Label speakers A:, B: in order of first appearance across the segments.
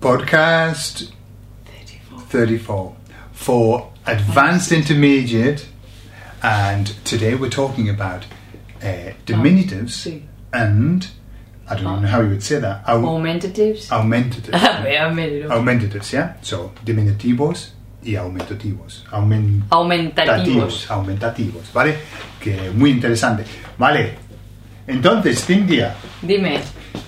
A: podcast
B: 34.
A: 34 for advanced intermediate, and today we're talking about uh, diminutives
B: Two.
A: and I don't even know how you would say that. Au-
B: Aumentatives.
A: aumentatives.
B: Wait, I made it up.
A: Aumentatives, yeah? So diminutivos y aumentativos. Aumen-
B: Aumentativos.
A: aumentativos, ¿vale? Que muy interesante. Vale. Entonces, Cintia,
B: Dime.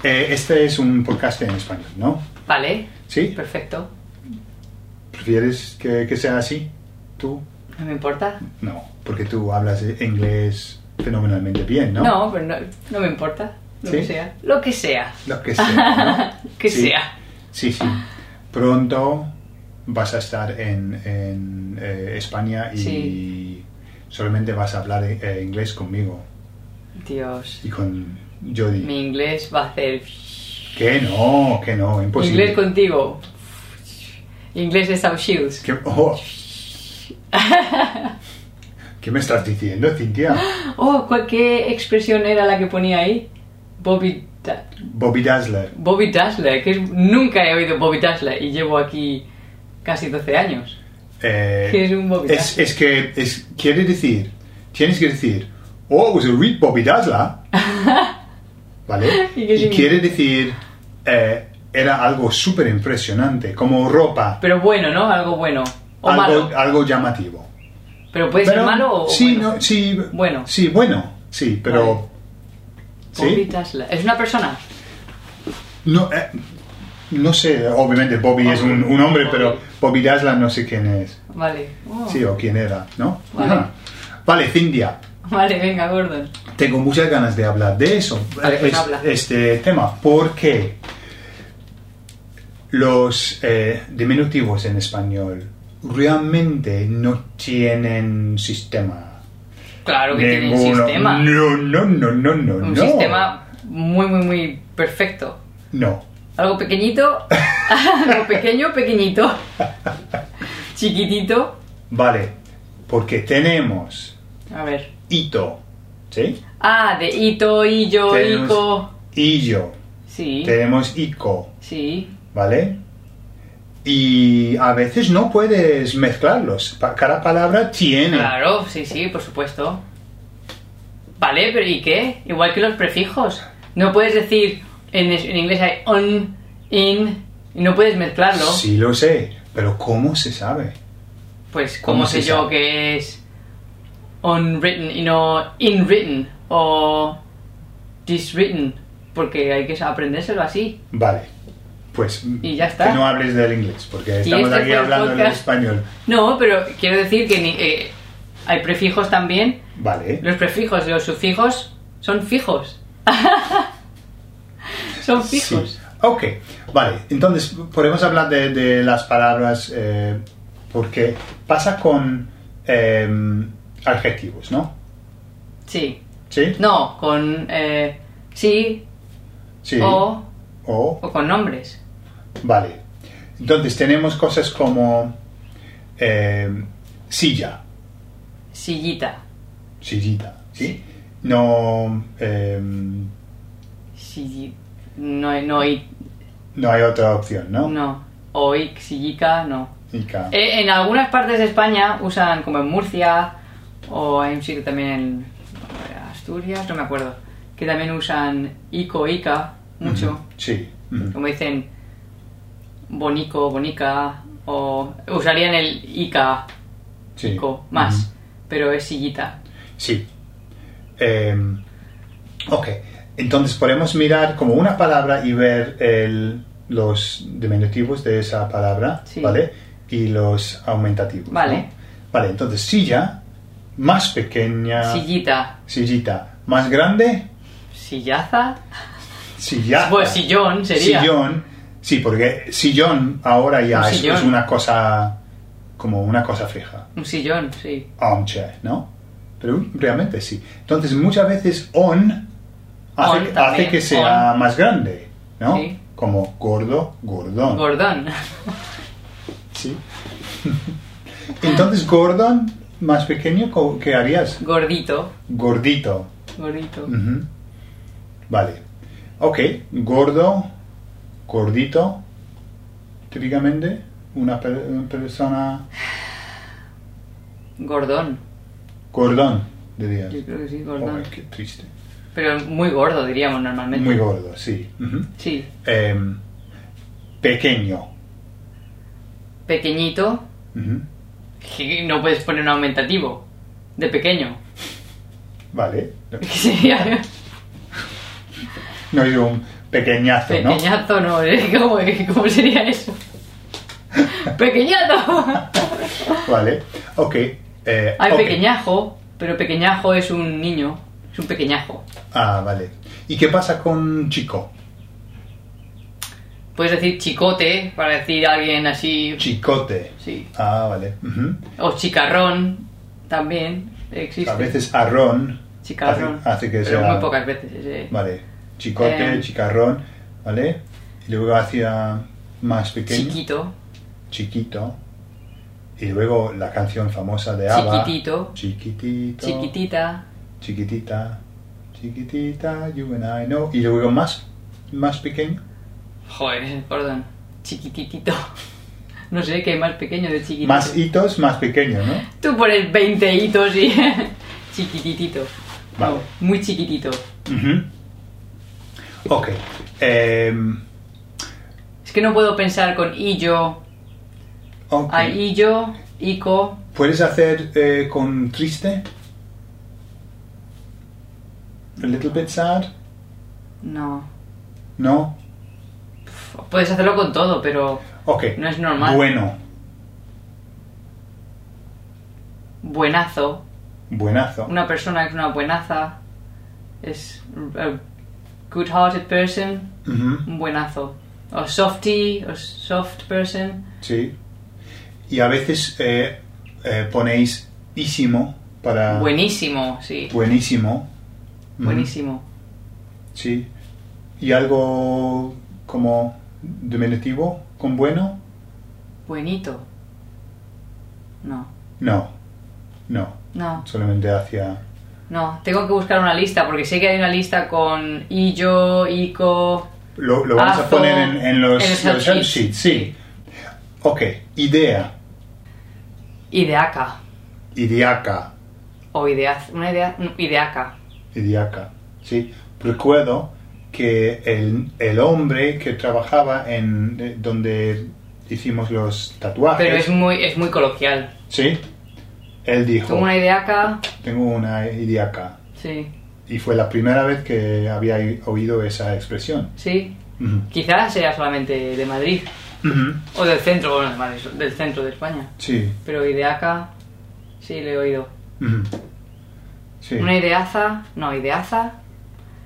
A: eh, este es un podcast en español, ¿no?
B: Vale,
A: ¿Sí?
B: perfecto.
A: ¿Prefieres que, que sea así? ¿Tú?
B: No me importa.
A: No, porque tú hablas eh, inglés fenomenalmente bien, ¿no?
B: pero no, no me importa. Lo
A: ¿Sí?
B: que sea. Lo que sea.
A: Lo que sea, ¿no?
B: que
A: Sí.
B: sea.
A: Sí, sí. Pronto vas a estar en, en, eh, España y
B: Sí.
A: solamente vas a hablar eh, inglés conmigo
B: Dios.
A: y con Jody.
B: Mi inglés va a hacer.
A: Que no, que no, imposible.
B: Inglés contigo. Inglés de South Shields.
A: Que- oh. ¿Qué me estás diciendo, Cintia?
B: Oh, ¿cuál, ¿qué expresión era la que ponía ahí? Bobby, Da-
A: Bobby Dazzler.
B: Bobby Dazzler, que es- nunca he oído Bobby Dazzler y llevo aquí casi 12 años.
A: Eh,
B: Que es un Bobby
A: es, es que es, quiere decir, tienes que decir, oh, it was a real Bobby Dazzler. ¿eh? ¿Vale?
B: ¿Y qué
A: Y
B: significa?
A: quiere decir, eh, era algo súper impresionante, como ropa,
B: Pero bueno, ¿no? Algo bueno. O
A: algo,
B: malo.
A: algo llamativo.
B: Pero puede
A: Pero-
B: ser malo o
A: sí,
B: bueno.
A: no, sí,
B: Bueno.
A: Sí, bueno, sí, pero...
B: Vale.
A: ¿sí?
B: Bobby Dazzler. Es una persona.
A: No, eh, no sé, obviamente Bobby es un, un hombre,
B: Bobby.
A: pero Bobby Dazzler no sé quién es.
B: Vale. Oh.
A: Sí, o quién era, ¿no?
B: Vale.
A: Ajá. Vale, Cintia.
B: Vale, venga, Gordon.
A: Tengo muchas ganas de hablar de eso,
B: Vale, pues
A: es-
B: habla.
A: este tema, porque los eh, diminutivos en español realmente no tienen sistema.
B: Claro que tiene un
A: Ninguno.
B: sistema.
A: No, no, no, no, no.
B: un
A: no.
B: sistema muy, muy, muy perfecto.
A: No.
B: Algo pequeñito, algo pequeño, pequeñito, chiquitito.
A: Vale, porque tenemos
B: A ver.
A: hito, ¿sí?
B: Ah, de hito, hillo,
A: Tenemos
B: hico.
A: Illo,
B: Sí,
A: tenemos ico,
B: sí.
A: ¿vale? Y a veces no puedes mezclarlos. Pa- Cada palabra tiene.
B: Claro, sí, sí, por supuesto. Vale, pero ¿y qué? Igual que los prefijos. No puedes decir, en, es- en inglés hay on, in, y no puedes mezclarlo.
A: Sí lo sé, pero ¿cómo se sabe?
B: Pues,
A: ¿Cómo
B: ¿cómo,
A: se
B: sé yo
A: sabe?
B: que es unwritten y no inwritten o diswritten? Porque hay que aprendérselo así.
A: Vale, pues
B: Y ya está.
A: que no hables del inglés, porque
B: Y
A: estamos
B: este
A: aquí
B: fue el
A: hablando en
B: podcast.
A: español.
B: No, pero quiero decir que ni- eh, hay prefijos también.
A: Vale,
B: Los prefijos y los sufijos son fijos. son fijos.
A: sí. Ok, vale, entonces podemos hablar de, de las palabras, eh, porque pasa con eh, adjetivos, ¿no?
B: Sí.
A: ¿Sí?
B: No, con eh, sí
A: Sí.
B: o,
A: O,
B: o con nombres.
A: vale. Entonces tenemos cosas como eh, silla,
B: Sillita.
A: sillita, ¿sí? No, eh,
B: Silli- No, hay- no, hay-
A: no hay otra opción, ¿no?
B: no. Oik, sillica, no.
A: Ica.
B: Eh, en algunas partes de España usan como en Murcia o hay un sitio también en Asturias, no me acuerdo, que también usan ico, ica mucho,
A: Ujú, Sí. ujú.
B: como dicen bonico, bonica o usarían el ica,
A: Sí.
B: ico, más,
A: Ujú.
B: pero es sillita.
A: Sí. Eh, ok. Entonces podemos mirar como una palabra y ver el- los diminutivos de esa palabra,
B: Sí.
A: ¿vale? Y los aumentativos.
B: Vale.
A: ¿no? Vale, entonces silla, más pequeña.
B: Sillita,
A: Sillita. Más grande,
B: sillaza,
A: silla.
B: pues sillón sería.
A: Sillón. Sí, porque sillón ahora ya
B: Un
A: es,
B: sillón.
A: es una cosa como una cosa fija.
B: Un sillón, sí.
A: armchair, ¿no? Pero realmente sí. Entonces muchas veces on hace,
B: On también,
A: hace que sea
B: on.
A: más grande, ¿no?
B: Sí.
A: Como gordo, gordón.
B: Gordón.
A: Sí. Entonces gordón más pequeño, co- ¿qué harías?
B: Gordito.
A: Gordito.
B: Gordito.
A: Ujú. Vale. Ok, gordo, gordito, típicamente una per- una persona Mm.
B: Gordón.
A: gordón, dirías.
B: Yo creo que sí,
A: Oh,
B: gordón.
A: qué triste.
B: Pero muy gordo, diríamos normalmente.
A: Muy gordo, sí. Ujú.
B: Sí.
A: Em, pequeño.
B: Pequeñito.
A: Ujú.
B: que No puedes poner un aumentativo. De pequeño.
A: Vale.
B: Que sería
A: No hay un pequeñazo, ¿no?
B: pequeñazo, ¿no? ¿eh? ¿Cómo, cómo sería eso? ¡Pequeñazo!
A: Vale. Ok. eh,
B: Hay
A: ok.
B: pequeñajo, pero pequeñajo es un niño. Es un pequeñajo.
A: Ah, vale. ¿Y qué pasa con chico?
B: Puedes decir chicote para decir a alguien así.
A: Chicote.
B: Sí.
A: Ah, vale. Ujú.
B: O chicarrón también existe.
A: A veces arrón.
B: Chicarrón.
A: este Hace, hace que
B: pero
A: sea.
B: muy pocas veces. ese.
A: Vale. Chicote,
B: Eh.
A: chicarrón, ¿vale? Y luego hacia más pequeño.
B: Chiquito.
A: Chiquito. Y luego la canción famosa de ABBA.
B: Chiquitito.
A: Chiquitito.
B: Chiquitita.
A: Chiquitita. Chiquitita, you and I know. Y luego más, más pequeño.
B: Joder, perdón. Chiquititito. No sé qué hay más pequeño de chiquitito.
A: Más hitos, más pequeño, ¿no?
B: Tú pones 20 hitos y. chiquititito.
A: Vale.
B: No, muy chiquitito.
A: Ujú. Ok. em,
B: Es que no puedo pensar con illo.
A: ok.
B: Hay illo, ico.
A: ¿Puedes hacer eh, con triste? A little bit sad?
B: No.
A: No?
B: Pf, Puedes hacerlo con todo, pero.
A: Ok.
B: No es normal.
A: Bueno.
B: Buenazo.
A: Buenazo.
B: Una persona es una buenaza. Es. A good hearted person.
A: Ujú,
B: Un buenazo. O softy, o soft person.
A: Sí. Y a veces eh, eh, ponéis ísimo para...
B: Buenísimo, sí.
A: Buenísimo. Ah. Ujú,
B: Buenísimo.
A: Sí. ¿Y algo como diminutivo con bueno?
B: Buenito. No.
A: No. No.
B: No,
A: Solamente hacia...
B: no. Tengo que buscar una lista porque sé que hay una lista con Illo, Ico.
A: Lo, lo vamos a
B: Azo,
A: poner en, en los,
B: en los help
A: los help
B: sheets.
A: sheets, sí. Ok, idea,
B: Ideaca.
A: idiaca,
B: O ideaz. Una idea. no, Ideaca.
A: idiaca, sí. Recuerdo que el, el hombre que trabajaba en eh, donde hicimos los tatuajes,
B: Pero es muy, es muy coloquial.
A: sí, él dijo,
B: Tengo una ideaca.
A: tengo una idiaca.
B: Sí.
A: Y fue la primera vez que había i- oído esa expresión.
B: Sí.
A: Ujú.
B: Quizás sea solamente de Madrid.
A: Ujú,
B: O del centro, bueno, de Madrid, del centro de España.
A: Sí.
B: Pero ideaca. Sí, le he oído.
A: ujú. Sí.
B: Una ideaza. No, ideaza.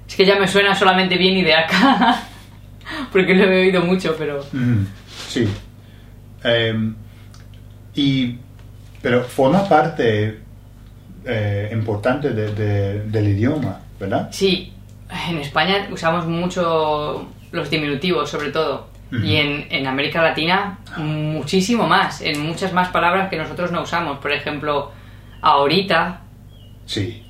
B: Es que ya me suena solamente bien ideaca. Porque lo he oído mucho, pero.
A: Ujú, Sí. Em, y, pero forma parte eh, importante de- de- del idioma, ¿verdad?
B: Sí, en España usamos mucho los diminutivos, sobre todo.
A: Ujú.
B: Y en, en América Latina, muchísimo más. En muchas más palabras que nosotros no usamos. Por ejemplo, ahorita.
A: Sí.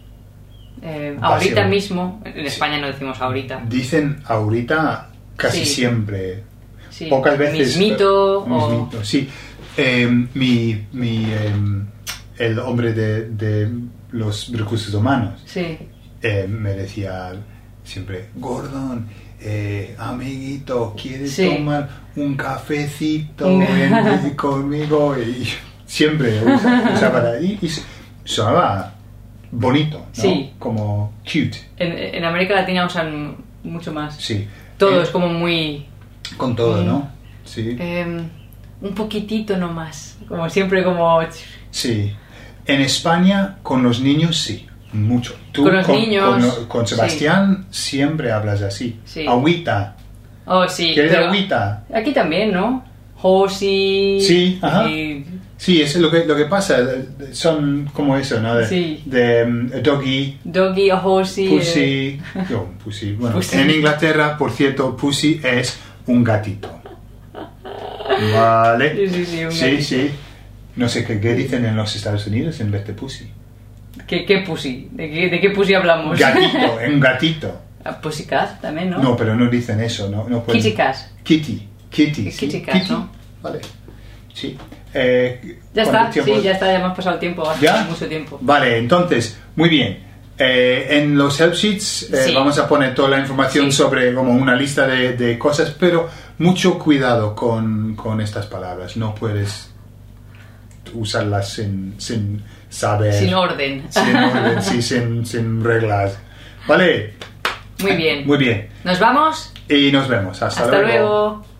B: eh,
A: Vacío.
B: ahorita mismo. En España no decimos ahorita.
A: Dicen ahorita casi
B: Sí.
A: siempre.
B: Sí,
A: Pocas veces.
B: Mismito o.
A: Mismito, sí. Em, mi, mi, em, el hombre de, de los recursos humanos
B: Sí.
A: eh, me decía siempre, Gordon, eh, amiguito, ¿quieres
B: Sí.
A: tomar un cafecito
B: Un-
A: Ven conmigo? Y siempre usa- usaba y, y sonaba bonito, ¿no?
B: Sí.
A: Como cute,
B: En, en América Latina usan mucho más.
A: sí.
B: Todo
A: Eh,
B: es como muy.
A: con todo,
B: Mm.
A: ¿no? Sí.
B: eh, un poquitito nomás. Como siempre, como. oh,
A: Sí. En España, con los niños, sí. Mucho. Tú
B: Con los niños,
A: Con, lo- con
B: sí.
A: Sebastián siempre hablas así.
B: Sí.
A: Agüita.
B: Oh, sí.
A: ¿Quieres
B: pero-
A: agüita?
B: Aquí también, ¿no? Josi.
A: Sí, ajá.
B: y-
A: Sí, eso es lo que, lo que pasa. eh, Son como eso, ¿no? De,
B: Sí.
A: de, mm, doggy,
B: Doggy o Horsey. eh,
A: pussy. yo, pussy. Bueno,
B: Pussy.
A: en Inglaterra, por cierto, pussy es un gatito. Vale.
B: eh, Sí, sí, sí, un
A: sí,
B: gatito.
A: sí. No sé qué, qué dicen en los Estados Unidos en vez de pussy.
B: ¿Qué, qué pussy? ¿De qué, de qué pussy hablamos?
A: Gatito, un gatito.
B: Ah, Pussycat también, ¿no?
A: No, pero no dicen eso, no, no pueden-
B: Kitty cat.
A: Kitty, kitty.
B: Kitty cat, ¿no?
A: vale. Sí. Eh,
B: Ya
A: ¿cuánto
B: está,
A: tiempo?
B: sí, ya está, ya hemos pasado el tiempo, hace
A: ¿Ya?
B: mucho tiempo.
A: Vale, entonces, muy bien. Eh, en los help sheets eh,
B: Sí.
A: vamos a poner toda la información
B: Sí.
A: sobre como una lista de, de cosas, pero mucho cuidado con, con estas palabras. No puedes usarlas sin, sin saber.
B: Sin orden.
A: Sin orden, sí, sin, sin reglas. Vale,
B: Muy bien.
A: muy bien.
B: Nos vamos.
A: Y nos vemos. Hasta,
B: Hasta luego.